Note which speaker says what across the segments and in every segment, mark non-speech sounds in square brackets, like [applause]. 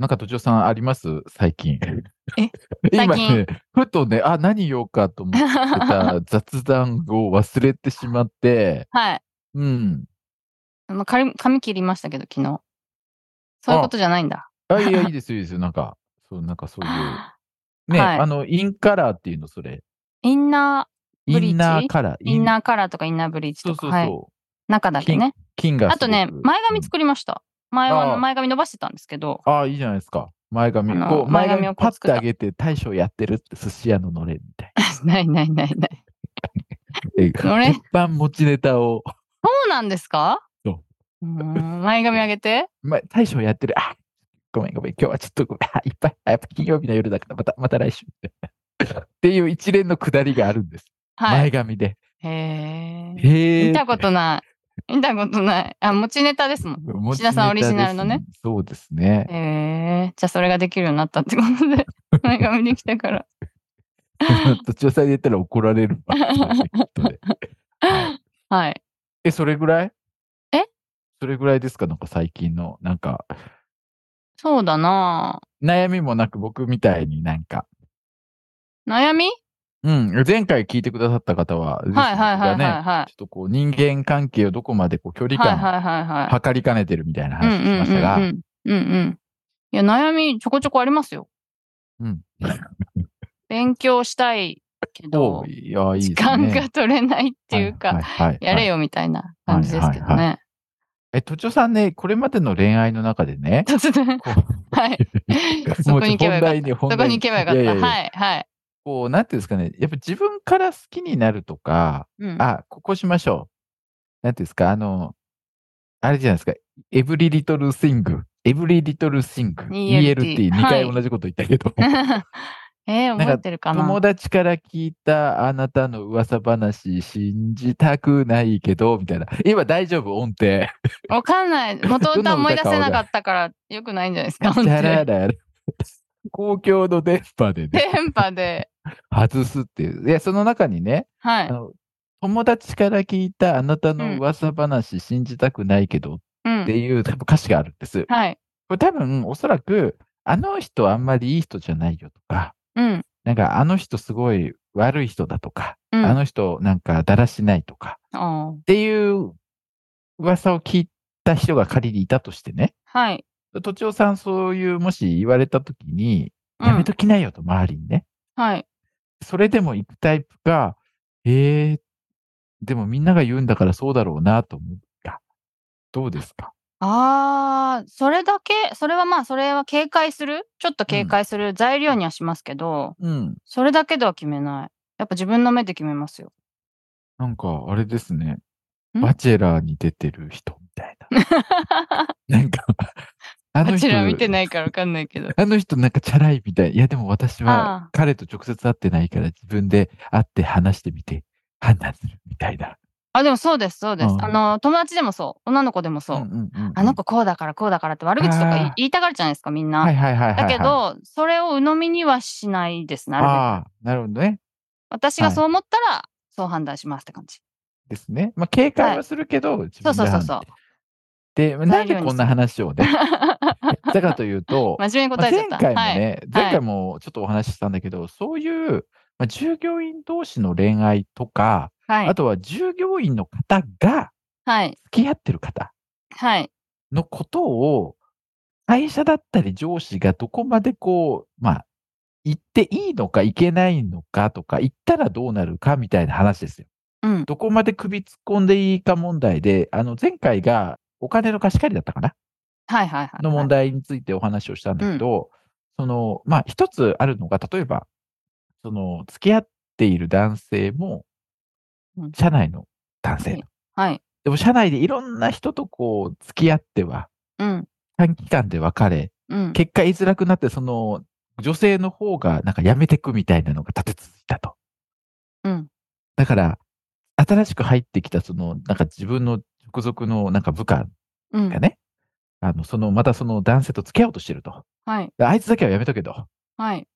Speaker 1: なんか、都庁さんあります最近。
Speaker 2: え
Speaker 1: [laughs] 今
Speaker 2: 最近
Speaker 1: ね、ふとね、あ、何言おうかと思って
Speaker 2: [laughs]
Speaker 1: た雑談を忘れてしまって、
Speaker 2: はい
Speaker 1: うん。
Speaker 2: まあ髪髪切りましたけど昨日そういうことじゃないんだ
Speaker 1: あ、いや、いいですよ、いいですよ。なんか、そう、なんかそういう。ね、
Speaker 2: [laughs] はい
Speaker 1: あの、インカラーっていうの、それ。
Speaker 2: インナブリーチ
Speaker 1: インナーカラー。
Speaker 2: ーイン
Speaker 1: ー
Speaker 2: ナーカラーとかインナーブリーチ
Speaker 1: そう
Speaker 2: と
Speaker 1: そ
Speaker 2: か
Speaker 1: うそう。
Speaker 2: はい、中だけね
Speaker 1: 金がすご
Speaker 2: あ
Speaker 1: く。
Speaker 2: とね前髪
Speaker 1: うん
Speaker 2: 作りました前は
Speaker 1: あー
Speaker 2: 前髪伸ばしてたんですけど [laughs]
Speaker 1: ああ、いいじゃないですか。前髪
Speaker 2: あ。の
Speaker 1: こう、
Speaker 2: 前
Speaker 1: 前
Speaker 2: 髪
Speaker 1: 髪
Speaker 2: をこう
Speaker 1: パッ
Speaker 2: 作った
Speaker 1: て上げて、大将やってるって寿司屋ののれんみたい
Speaker 2: ないないないない
Speaker 1: な。
Speaker 2: [laughs] のれん
Speaker 1: 鉄板持ちネタを。
Speaker 2: そうなんですか
Speaker 1: そう
Speaker 2: ーん前髪上げて
Speaker 1: まあ、大将やってる。あごめんごめん。今日はちょっとごめん。あいっぱい。あやっぱ金曜日の夜だから、また、また来週。っていう一連のくだりがあるんです。
Speaker 2: は
Speaker 1: 前
Speaker 2: い
Speaker 1: 髪で。
Speaker 2: へえ
Speaker 1: へえ。
Speaker 2: 見たことない見たことないあ持ちネタですもん
Speaker 1: 持ち
Speaker 2: 志田さんオリジナルのね
Speaker 1: ネタです。そうですね。
Speaker 2: へえじゃあそれができるようになったってこ
Speaker 1: [laughs]
Speaker 2: とで前髪できたから
Speaker 1: 途中さんで言ったら怒られる
Speaker 2: [laughs]
Speaker 1: わ。きっとねはい
Speaker 2: はい
Speaker 1: え、それぐらい
Speaker 2: え
Speaker 1: それぐらいですかなんか最近の、なんか、
Speaker 2: そうだな
Speaker 1: 悩みもなく僕みたいになんか、
Speaker 2: 悩み
Speaker 1: うん、前回聞いてくださった方は、
Speaker 2: はいはいはいはい
Speaker 1: がね
Speaker 2: は
Speaker 1: ちょっとこう人間関係をどこまでこう距
Speaker 2: い
Speaker 1: 離
Speaker 2: はい
Speaker 1: 感
Speaker 2: はいはいはい
Speaker 1: 測りかねてるみたいな
Speaker 2: うんう
Speaker 1: 話
Speaker 2: ん
Speaker 1: しましたが、
Speaker 2: うんうんうんうんいや悩みちょこちょこありますよ
Speaker 1: うん
Speaker 2: [laughs] 勉強したいけ
Speaker 1: お
Speaker 2: ど
Speaker 1: ういや、いいです
Speaker 2: 時
Speaker 1: ね。
Speaker 2: 間が取れないっていうか、
Speaker 1: はいはいはい
Speaker 2: やれ
Speaker 1: よ。
Speaker 2: よみたいな感じですけどね。
Speaker 1: はいは
Speaker 2: [laughs]
Speaker 1: え、都庁さんね、これまでの恋愛の中でね、
Speaker 2: 突然
Speaker 1: こ
Speaker 2: はい。
Speaker 1: う
Speaker 2: [laughs] そこに行けば
Speaker 1: もうちょっと本
Speaker 2: よかっ
Speaker 1: 題に、
Speaker 2: た。
Speaker 1: 本
Speaker 2: そこ
Speaker 1: 題
Speaker 2: に行けばよかった。
Speaker 1: いやいやいや
Speaker 2: はいはい。
Speaker 1: こう、なんていうんですかね、やっぱ自分から好きになるとか、
Speaker 2: うん、
Speaker 1: あ、ここしましょう。なんていうんですか、あの、あれじゃないですか、エブリリトルスイング、エブリリトルスイング、
Speaker 2: ELT
Speaker 1: ELT、2
Speaker 2: はい
Speaker 1: 回同じこと言ったけど、
Speaker 2: [laughs] えー、覚えてるかな
Speaker 1: 友達から聞いたあなたの噂話、信じたくないけど、みたいな。今大丈夫、音程。
Speaker 2: わかんない。元
Speaker 1: どんな歌
Speaker 2: 歌思い出せなかったからよくないんじゃないですか。
Speaker 1: チ
Speaker 2: 本
Speaker 1: ャ
Speaker 2: 当
Speaker 1: ラ
Speaker 2: に
Speaker 1: ララ公共の電波でね、
Speaker 2: 電波で。
Speaker 1: 外すっていう。で、その中にね、
Speaker 2: は
Speaker 1: あ
Speaker 2: い。
Speaker 1: の、友達から聞いたあなた
Speaker 2: うん
Speaker 1: の噂話、信じたくないけどっ
Speaker 2: うん
Speaker 1: て。いう多分歌詞があるんです。こ
Speaker 2: はい。
Speaker 1: れ多分、おそらく、あの人あんまりいい人じゃないよとか、
Speaker 2: うん。
Speaker 1: なんかあの人すごい悪い人だとか、
Speaker 2: うん。
Speaker 1: あの人なんかだらしないとか、
Speaker 2: あー
Speaker 1: っていう噂を聞いた人が仮にいたとしてね、
Speaker 2: はい。
Speaker 1: 都庁さんそういうもし言われたときに、
Speaker 2: うん
Speaker 1: やめときなよと周りにね、
Speaker 2: はい。
Speaker 1: それでも行くタイプか、えー、でもみんなが言うんだからそうだろうなと思った。どうですか
Speaker 2: ああ、それだけ、それはまあ、それは警戒する、ちょっと警戒する材料にはしますけど、
Speaker 1: うん。
Speaker 2: それだけでは決めない。やっぱ自分の目で決めますよ。
Speaker 1: なんか、あれですね。
Speaker 2: ん
Speaker 1: バチェラーに出てる人みたい
Speaker 2: [laughs]
Speaker 1: な。なんか、あの
Speaker 2: あ
Speaker 1: 人
Speaker 2: ちら見てないからわかんないけど。
Speaker 1: あの人なんかチャラいみたい。いやでも私
Speaker 2: あ
Speaker 1: は
Speaker 2: あ
Speaker 1: 彼と直接会ってないから自分で会って話してみて判断するみたいな。
Speaker 2: あ、でもそうです、そうです。
Speaker 1: うん
Speaker 2: あの、友達でもそう。女の子でもそう。
Speaker 1: んんうんうん
Speaker 2: あの子こうだからこうだからって悪口とか言い
Speaker 1: あー
Speaker 2: 言いたがるじゃないですか、みんな。
Speaker 1: はいはいはいはい、はい。
Speaker 2: だけど、、それを鵜呑みにはしないですね。なるべく
Speaker 1: ああ、なるほどね。
Speaker 2: 私が
Speaker 1: はい
Speaker 2: そう思ったら、そう判断しますって感じ。
Speaker 1: ですね。まあ警戒
Speaker 2: はい
Speaker 1: はするけど、自
Speaker 2: そう
Speaker 1: 分
Speaker 2: そう
Speaker 1: で
Speaker 2: そ
Speaker 1: 判
Speaker 2: うそう。
Speaker 1: で、なんでこんな話をね、
Speaker 2: [laughs]
Speaker 1: したかというと、
Speaker 2: 真面目に答えちゃっ
Speaker 1: まあ
Speaker 2: た。
Speaker 1: 前回も
Speaker 2: はい。
Speaker 1: ね、前回もちょっとお話ししたんだけど、そういう、まあ、従業員同士の恋愛とか、
Speaker 2: は
Speaker 1: あ
Speaker 2: い。
Speaker 1: とは従業員の方が
Speaker 2: はい。
Speaker 1: 付き合ってる方
Speaker 2: はい。
Speaker 1: のことを、会社だったり上司がどこまでこう、まあ、言っていいのかいけないのかとか、言ったらどうなるかみたいな話ですよ。
Speaker 2: うん。
Speaker 1: どこまで首突っ込んでいいか問題で、あの、前回がお金の貸し借りだったかな
Speaker 2: はいはいはい。
Speaker 1: の問題についてお話をしたんだけど、その、まあ、一つあるのが、例えば、その、付き合っている男性も
Speaker 2: うん、
Speaker 1: 社内の男性。
Speaker 2: はい。
Speaker 1: でも、社内でいろんな人とこう、付き合っては、
Speaker 2: うん。
Speaker 1: 短期間で別れ、
Speaker 2: うん。
Speaker 1: 結果言いづらくなって、その女性の方がなんか辞めてくみたいなのが立て続いたと。
Speaker 2: うん。
Speaker 1: だから、新しく入ってきた、その、なんか自分の直属のなんか部下
Speaker 2: うん
Speaker 1: が。ね、あの、その、またその男性と付き合おうとしてると。
Speaker 2: はい。
Speaker 1: であいつだけはやめとけと。
Speaker 2: はい。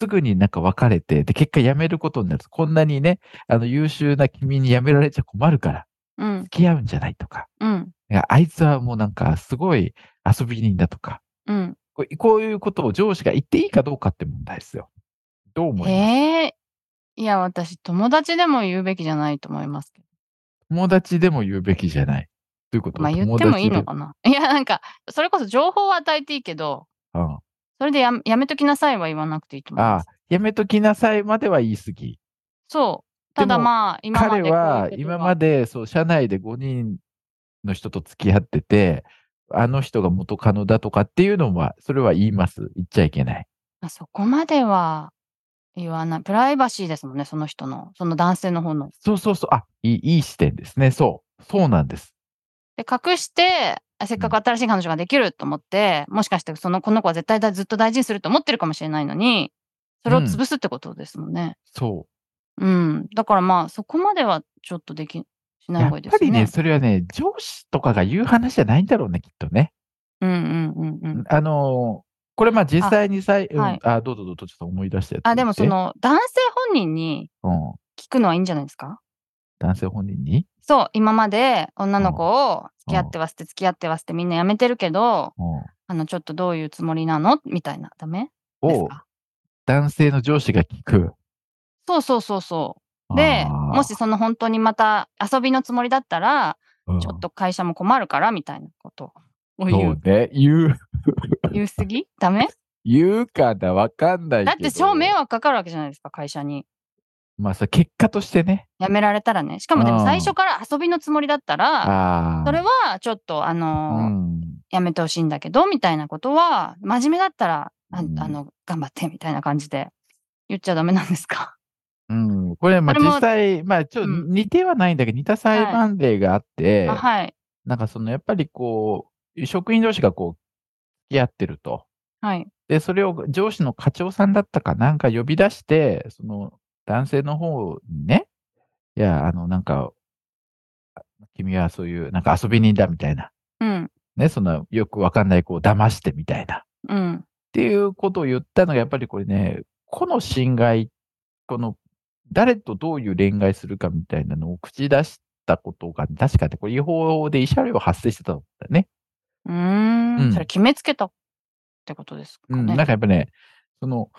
Speaker 1: すぐになんか別れて、で、結果辞めることになると。こんなにね、あの、優秀な君に辞められちゃ困るから、
Speaker 2: うん。
Speaker 1: 付き合うんじゃないとか。
Speaker 2: うん。
Speaker 1: いやあいつはもうなんか、すごい遊び人だとか。
Speaker 2: うん。
Speaker 1: こうこういうことを上司が言っていいかどうかって問題ですよ。どう思います
Speaker 2: ええいや、私、友達でも言うべきじゃないと思いますけど。
Speaker 1: 友達でも言うべきじゃない。どういうこと
Speaker 2: まあ、言ってもいいの
Speaker 1: 友
Speaker 2: かな。いや、なんか、それこそ情報を与えていいけど、
Speaker 1: 達でうん。
Speaker 2: それでややめときなさいは言わなくていいと思いま
Speaker 1: あ
Speaker 2: す。
Speaker 1: やめときなさいまでは言い過ぎ。
Speaker 2: そう。ただ
Speaker 1: でも
Speaker 2: まあ、今ま
Speaker 1: 彼
Speaker 2: でこういう
Speaker 1: は
Speaker 2: こと
Speaker 1: 今
Speaker 2: は
Speaker 1: まで、そう、社内で5人の人と付き合ってて、あの人が元カノだとかっていうのは、それは言います。言っちゃいけない。
Speaker 2: まあそこまでは言わない。プライバシーですもんね、その人の。その男性の方の。
Speaker 1: そうそうそう。あ、いいいい視点ですね。そう。そうなんです。
Speaker 2: で、隠して、あせっかく新しい彼女ができると思って、もしかしてその、この子は絶対だずっと大事にすると思ってるかもしれないのに、それを潰すってことですもんね。
Speaker 1: そう。
Speaker 2: うん。だからまあ、そこまではちょっとでき、しない
Speaker 1: や
Speaker 2: 方
Speaker 1: っ
Speaker 2: がいいで
Speaker 1: ぱ
Speaker 2: す
Speaker 1: り
Speaker 2: よね。
Speaker 1: ね、それはね、上司とかが言う話じゃないんだろうね、きっとね。
Speaker 2: うんうんうんうん。
Speaker 1: あのーこれまあ実際にさい、うん
Speaker 2: はい
Speaker 1: あ、どうぞどうぞ、ちょっと思い出してやって
Speaker 2: あ、でもそ
Speaker 1: みて、
Speaker 2: の、男性本人に
Speaker 1: うん、
Speaker 2: 聞くのはいいんじゃないですか
Speaker 1: 男性本人に、
Speaker 2: そう、今まで女の子を付き合っては捨て、付き合っては捨て、みんなやめてるけど、
Speaker 1: うん
Speaker 2: あの、ちょっとどういうつもりなのみたいな。ダメです
Speaker 1: を
Speaker 2: か
Speaker 1: 男性の上司が聞く。
Speaker 2: そうそうそうそう。で、
Speaker 1: あー
Speaker 2: も、しその本当にまた遊びのつもりだったら、
Speaker 1: うん
Speaker 2: ちょっと会社も困るから、みたいなことを
Speaker 1: そ
Speaker 2: 言う
Speaker 1: う。ね、言う、 [laughs]
Speaker 2: 言うすぎダメ
Speaker 1: 言うかな、わかんないけど。
Speaker 2: だって超迷惑かかるわけじゃないですか、会社に。
Speaker 1: まあさ、結果としてね。
Speaker 2: 辞められたらね。しかもで
Speaker 1: う
Speaker 2: も
Speaker 1: ん
Speaker 2: 最初から遊びのつもりだったら、
Speaker 1: ああ。
Speaker 2: それはちょっと、あ
Speaker 1: う
Speaker 2: のー
Speaker 1: ん。
Speaker 2: やめてほしいんだけど、みたいなことは、真面目だったら、ああ
Speaker 1: うん
Speaker 2: の、頑張って、みたいな感じで言っちゃダメなんですか。
Speaker 1: うん、これ、まあ
Speaker 2: それも
Speaker 1: 実際、まあちょっと
Speaker 2: うん
Speaker 1: 似てはないんだけど、似た裁判例があって、
Speaker 2: あはい。
Speaker 1: なんかそのやっぱりこう、職員同士がこう、付き合ってると。
Speaker 2: はい。
Speaker 1: で、それを上司の課長さんだったかなんか呼び出して、その男性の方にね、いや、あの、なんか、君はそういう、なんか遊び人だみたいな、
Speaker 2: うん。
Speaker 1: ね、そのよくわかんない子を騙してみたいな、っ
Speaker 2: うん。
Speaker 1: ていうことを言ったのが、やっぱりこれね、この侵害、この、誰とどういう恋愛するかみたいなのを口出したことが、確かね、これ違法で慰謝料発生してたんだよね。
Speaker 2: うー。
Speaker 1: うんん
Speaker 2: それ決めつけたってことですか
Speaker 1: うん、
Speaker 2: ね。
Speaker 1: なんかやっぱね、その、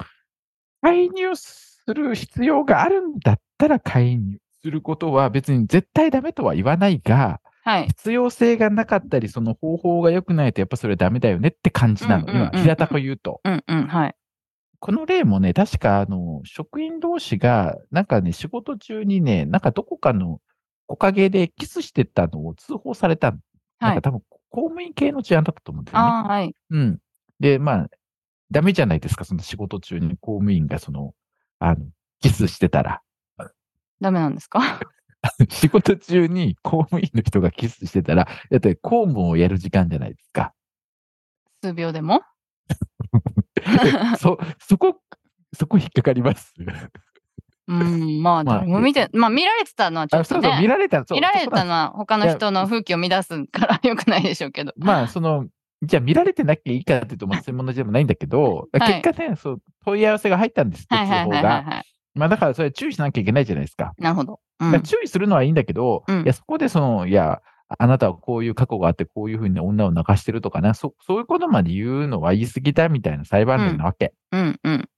Speaker 1: 介入する必要があるんだったら介入することは別に絶対ダメとは言わないが、
Speaker 2: はい。
Speaker 1: 必要性がなかったり、その方法が良くないとやっぱそれダメだよねって感じなの。
Speaker 2: うんうんうんうん
Speaker 1: 今、平たく言うと。
Speaker 2: うんうん。はい。
Speaker 1: この例もね、確かあの、職員同士が、なんかね、仕事中にね、なんかどこかのおかげでキスしてたのを通報されたの。な
Speaker 2: は
Speaker 1: ん
Speaker 2: い。
Speaker 1: か多分公務員系の事案だったと思うんだよね。
Speaker 2: ああ、はい。
Speaker 1: うん。で、まあ、ダメじゃないですか、その仕事中に公務員がその、あの、キスしてたら。 [laughs]
Speaker 2: ダメなんですか
Speaker 1: 仕事中に公務員の人がキスしてたら、だって公務をやる時間じゃないですか。
Speaker 2: 数秒でも
Speaker 1: そ、そこ、そこ引っかかり
Speaker 2: [laughs]
Speaker 1: ます。
Speaker 2: うん、ま
Speaker 1: [laughs]
Speaker 2: あ、
Speaker 1: まあ
Speaker 2: 誰も見て、まあ、見られてたのはちょ
Speaker 1: あ、
Speaker 2: っ
Speaker 1: そ
Speaker 2: と
Speaker 1: うそう、見
Speaker 2: ね。
Speaker 1: られたそう
Speaker 2: 見られ
Speaker 1: そこな
Speaker 2: た
Speaker 1: ん
Speaker 2: の
Speaker 1: です
Speaker 2: は他の人の風紀を乱すから [laughs] 良くないでしょうけど。
Speaker 1: ま [laughs] あ、その、じゃあ見られてなきゃいいかっていうと、まあ、そういうものでもないんだけど、
Speaker 2: はい
Speaker 1: 結果ね、そう、問い合わせが入ったんですって、
Speaker 2: はいはい
Speaker 1: 通報
Speaker 2: はいはい
Speaker 1: が。
Speaker 2: は
Speaker 1: まあ、だからそれは注意しなきゃいけないじゃないですか。
Speaker 2: い。なるほど。う
Speaker 1: まあ
Speaker 2: ん。
Speaker 1: 注意するのはいいんだけど、
Speaker 2: うん
Speaker 1: いや、そこでその、いや、あなたはこういう過去があって、こういうふうに女を泣かしてるとかな、そそういうことまで言うのは言い過ぎだみたいな裁判例なわけ。
Speaker 2: うんうん。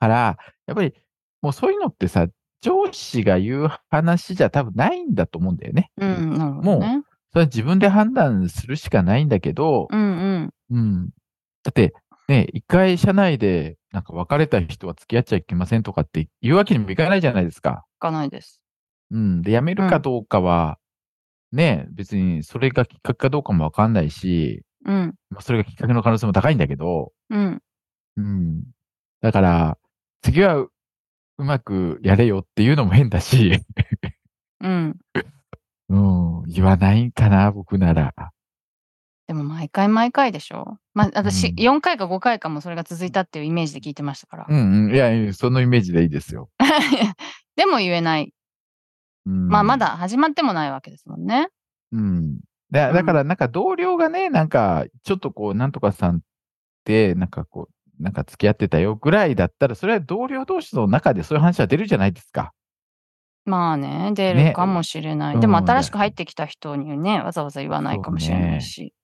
Speaker 1: から、やっぱり、もうそういうのってさ、上司が言う話じゃ多分ないんだと思うんだよね。
Speaker 2: うん。なるほどね。
Speaker 1: それは自分で判断するしかないんだけど、
Speaker 2: うんうん。
Speaker 1: うん。だって、ね、一回社内で、なんか別れた人は付き合っちゃいけませんとかって言うわけにもいかないじゃないですか。
Speaker 2: いかないです。
Speaker 1: うん。で、辞めるかどうかは、ね、別にそれがきっかけかどうかもわかんないし、
Speaker 2: うん。
Speaker 1: まあ、それがきっかけの可能性も高いんだけど、
Speaker 2: うん。
Speaker 1: うん。だから、次はううまくやれよっていうのも変だし、 [laughs]
Speaker 2: うん。
Speaker 1: うん、言わないかな、僕なら。
Speaker 3: でも毎回毎回でしょまあ、私、
Speaker 1: うん
Speaker 3: 4回か5回かもそれが続いたっていうイメージで聞いてましたから。
Speaker 2: [laughs]
Speaker 1: うんうん。いやいや、そのイメージでいいですよ。
Speaker 3: でも言えない。
Speaker 1: うん
Speaker 3: まあ、まだ始まってもないわけですもんね。
Speaker 1: うん。だだから、なんか同僚がね、なんか、ちょっとこう、なんとかさんって、なんかこう、なんか付き合ってたよぐらいだったら、それは同僚同士の中でそういう話は出るじゃないですか。
Speaker 3: まあね、出
Speaker 1: ね
Speaker 3: るかもしれない。
Speaker 1: うん
Speaker 3: でも新しく入ってきた人にね、わざわざ言わないかもしれないし。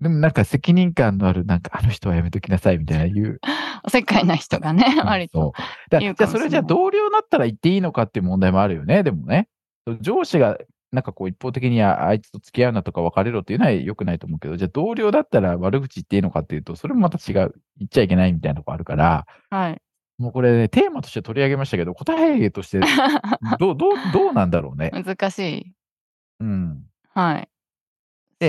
Speaker 1: でもなんか責任感のある、なんかあの人はやめときなさいみたいな言う。
Speaker 3: おせっかいな人がね、割
Speaker 1: そう
Speaker 3: と。
Speaker 1: だじ
Speaker 3: 言う
Speaker 1: ゃ
Speaker 3: か
Speaker 1: あ
Speaker 3: も
Speaker 1: そ
Speaker 3: しれな
Speaker 1: れ
Speaker 3: い
Speaker 1: じゃあ同僚だったら言っていいのかっていう問題もあるよね、でもね。上司がなんかこう一方的にああいつと付き合うなとか別れろっていうのは良くないと思うけど、じゃあ同僚だったら悪口言っていいのかっていうと、それもまた違う、言っちゃいけないみたいなとこあるから、
Speaker 3: はい。
Speaker 1: もうこれね、テーマとして取り上げましたけど、答えとしてどう、どう、どうなんだろうね。
Speaker 3: 難しい。
Speaker 1: うん。
Speaker 3: はい。
Speaker 1: で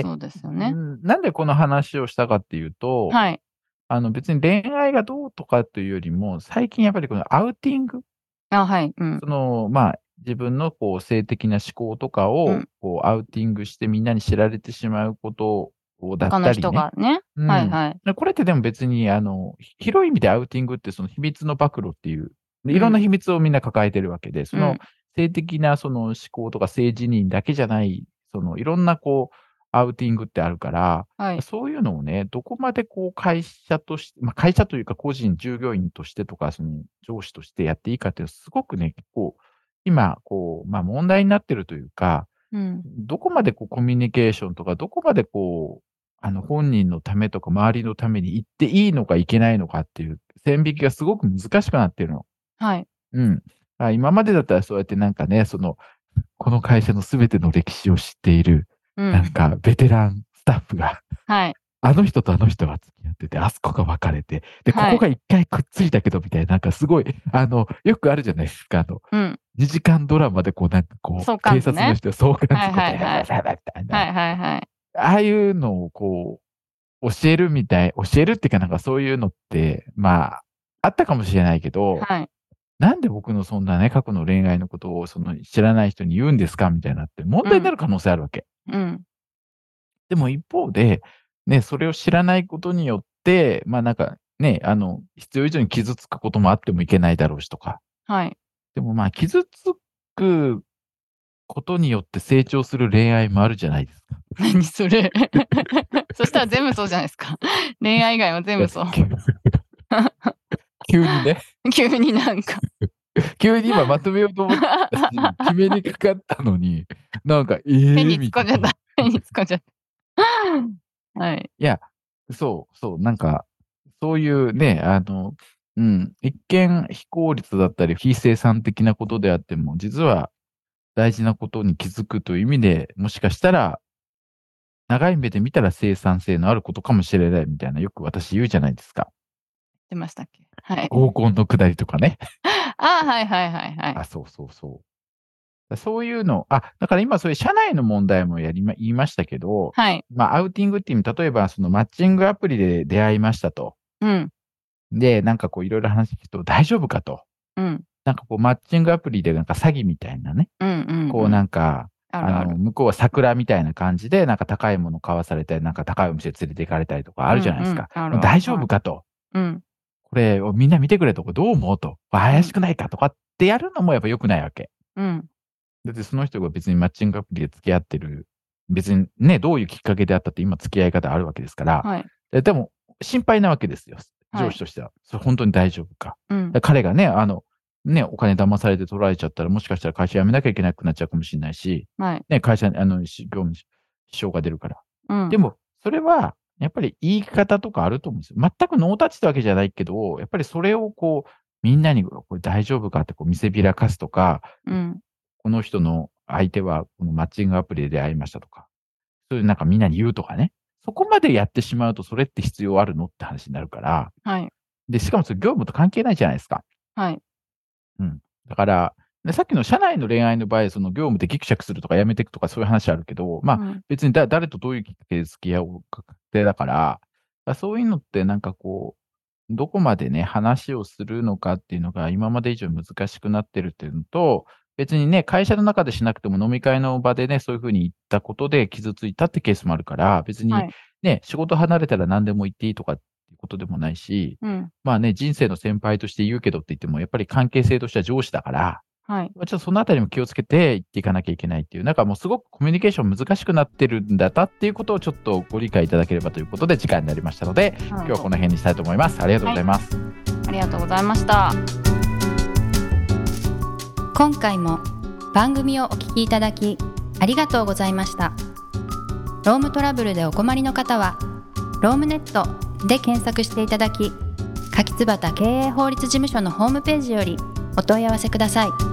Speaker 3: [laughs] そうですよね
Speaker 1: う。んなんでこの話をしたかっていうと、
Speaker 3: はい。
Speaker 1: あの別に恋愛がどうとかというよりも、最近やっぱりこのアウティング
Speaker 3: あ、はい。うん。
Speaker 1: その、まあ、自分のこう性的な思考とかを、
Speaker 3: うん
Speaker 1: こうアウティングしてみんなに知られてしまうことをだっ
Speaker 3: 他
Speaker 1: たり、ね。
Speaker 3: の人がね。
Speaker 1: うん
Speaker 3: はいはい。
Speaker 1: でこれってでも別に、あの、ひ広い意味でアウティングってその秘密の暴露っていう、でいろんな秘密をみんな抱えてるわけで、そ
Speaker 3: うん
Speaker 1: の性的なその思考とか性自認だけじゃない、そのいろんなこう、アウティングってあるから、
Speaker 3: はい。
Speaker 1: そういうのをね、どこまでこう会社として、まあ、会社というか個人従業員としてとか、その上司としてやっていいかっていうのはすごくね、こう、今、こう、まあ問題になってるというか、
Speaker 3: うん。
Speaker 1: どこまでこうコミュニケーションとか、どこまでこう、あの本人のためとか周りのために行っていいのかいけないのかっていう線引きがすごく難しくなってるの。
Speaker 3: はい。
Speaker 1: うん。あ今までだったらそうやってなんかね、その、この会社のすべての歴史を知っている、
Speaker 3: う
Speaker 1: なん
Speaker 3: ん。
Speaker 1: かベテランスタッフが、
Speaker 3: はい。
Speaker 1: あの人とあの人が付き合ってて、あそこが別れて、で、こ
Speaker 3: はい
Speaker 1: こが一回くっついたけど、みたいな、なんかすごい、あの、よくあるじゃないですか、あの、
Speaker 3: うん。
Speaker 1: 2時間ドラマでこう、なんかこう、
Speaker 3: 相関
Speaker 1: 警
Speaker 3: 図ね
Speaker 1: 察の人が相関図とか、
Speaker 3: はいはいはい
Speaker 1: みたいな、
Speaker 3: はいはいはい。
Speaker 1: ああいうのをこう、教えるみたい、教えるっていうかなんかそういうのって、まあ、あったかもしれないけど、
Speaker 3: はい。
Speaker 1: なんで僕のそんなね、過去の恋愛のことをその知らない人に言うんですかみたいなって問題になる可能性あるわけ。
Speaker 3: うん。
Speaker 1: でも一方で、ね、それを知らないことによって、まあなんかね、あの、必要以上に傷つくこともあってもいけないだろうしとか。
Speaker 3: はい。 [laughs]
Speaker 1: でもまあ傷つくことによって成長する恋愛もあるじゃないですか。
Speaker 3: 何それ
Speaker 1: [laughs]
Speaker 3: そしたら全部そうじゃないですか。恋愛以外は全部そう。
Speaker 1: [laughs] 急にね、
Speaker 3: [laughs] 急になん
Speaker 1: [laughs]
Speaker 3: か。
Speaker 1: 急に今まとめようと思ったし、
Speaker 3: [laughs]
Speaker 1: 決めにかかったのに、なんか、ええ
Speaker 3: 手に突っ
Speaker 1: みた
Speaker 3: 込ん
Speaker 1: い
Speaker 3: じゃっ
Speaker 1: な。
Speaker 3: た。 [laughs] 手に突っ込んじゃった。はい。 [laughs]
Speaker 1: そう、そう、なんか、そういうね、あの、うん、一見非効率だったり、非生産的なことであっても、実は大事なことに気づくという意味で、もしかしたら、長い目で見たら生産性のあることかもしれないみたいな、よく私言うじゃないですか。
Speaker 3: 出ましたっけはい。
Speaker 1: 合コンのくだりとかね。
Speaker 3: あはいはいはいはい。
Speaker 1: あ、そうそうそう。そういうの、あ、だから今そういう社内の問題もやりま、言いましたけど、
Speaker 3: はい。
Speaker 1: まあアウティングっていう意味、例えばそのマッチングアプリで出会いましたと。
Speaker 3: うん。
Speaker 1: で、なんかこういろいろ話聞くと大丈夫かと。
Speaker 3: うん。
Speaker 1: なんかこうマッチングアプリでなんか詐欺みたいなね。
Speaker 3: うん。うん。
Speaker 1: こうなんか、
Speaker 3: ある
Speaker 1: あ
Speaker 3: あ
Speaker 1: の、
Speaker 3: る。
Speaker 1: 向こうは桜みたいな感じで、なんか高いもの買わされたり、なんか高いお店連れて行かれたりとかあるじゃないですか。
Speaker 3: うんうんある
Speaker 1: もう大丈夫かと。
Speaker 3: うん。
Speaker 1: これをみんな見てくれと、これどう思うと。怪しくないかとかってやるのもやっぱ良くないわけ。
Speaker 3: うん。
Speaker 1: だってその人が別にマッチングアプリで付き合ってる。別にね、どういうきっかけであったって今付き合い方あるわけですから。
Speaker 3: はい。
Speaker 1: ででも、心配なわけですよ。
Speaker 3: はい
Speaker 1: 上司としては。それ本当に大丈夫か。
Speaker 3: うん
Speaker 1: だ。から彼がね、あの、ね、お金騙されて取られちゃったら、もしかしたら会社辞めなきゃいけなくなっちゃうかもしれないし、
Speaker 3: はい。
Speaker 1: ね、会社に、あの、し業務に支障が出るから。
Speaker 3: うん。
Speaker 1: でも、それは、やっぱり言い方とかあると思うんですよ。全くノータッチってわけじゃないけど、やっぱりそれをこう、みんなに、これ大丈夫かってこう見せびらかすとか、
Speaker 3: うん。
Speaker 1: この人の相手はこのマッチングアプリで出会いましたとか、そういうなんかみんなに言うとかね。そこまでやってしまうと、それって必要あるのって話になるから、
Speaker 3: はい。
Speaker 1: で、しかもそれ業務と関係ないじゃないですか。
Speaker 3: はい。
Speaker 1: だから、ねさっきの社内の恋愛の場合、その業務でギクシャクするとかやめていくとかそういう話あるけど、まあ
Speaker 3: うん
Speaker 1: 別にだ誰とどういうきっかけで付き合うか確定だから、だからそういうのってなんかこう、どこまでね、話をするのかっていうのが今まで以上に難しくなってるっていうのと、別にね、会社の中でしなくても飲み会の場でね、そういうふうに言ったことで傷ついたってケースもあるから、別に
Speaker 2: はい
Speaker 1: ね、仕事離れたら何でも言っていいとかっていうことでもないし、
Speaker 2: うん。
Speaker 1: まあね、人生の先輩として言うけどって言っても、やっぱり関係性としては上司だから、
Speaker 2: はい。
Speaker 1: まあちょっとそのあたりも気をつけて言っていかなきゃいけないっていう、なんかもうすごくコミュニケーション難しくなってるんだったっていうことをちょっとご理解いただければということで、時間になりましたので、
Speaker 2: 今
Speaker 1: 今日はこの辺にしたいと思います。ありがとうございます。
Speaker 2: ありがとうございました。
Speaker 4: 今回も番組をお聞きいただきありがとうございましたロームトラブルでお困りの方は「ロームネット」で検索していただき柿椿経営法律事務所のホームページよりお問い合わせください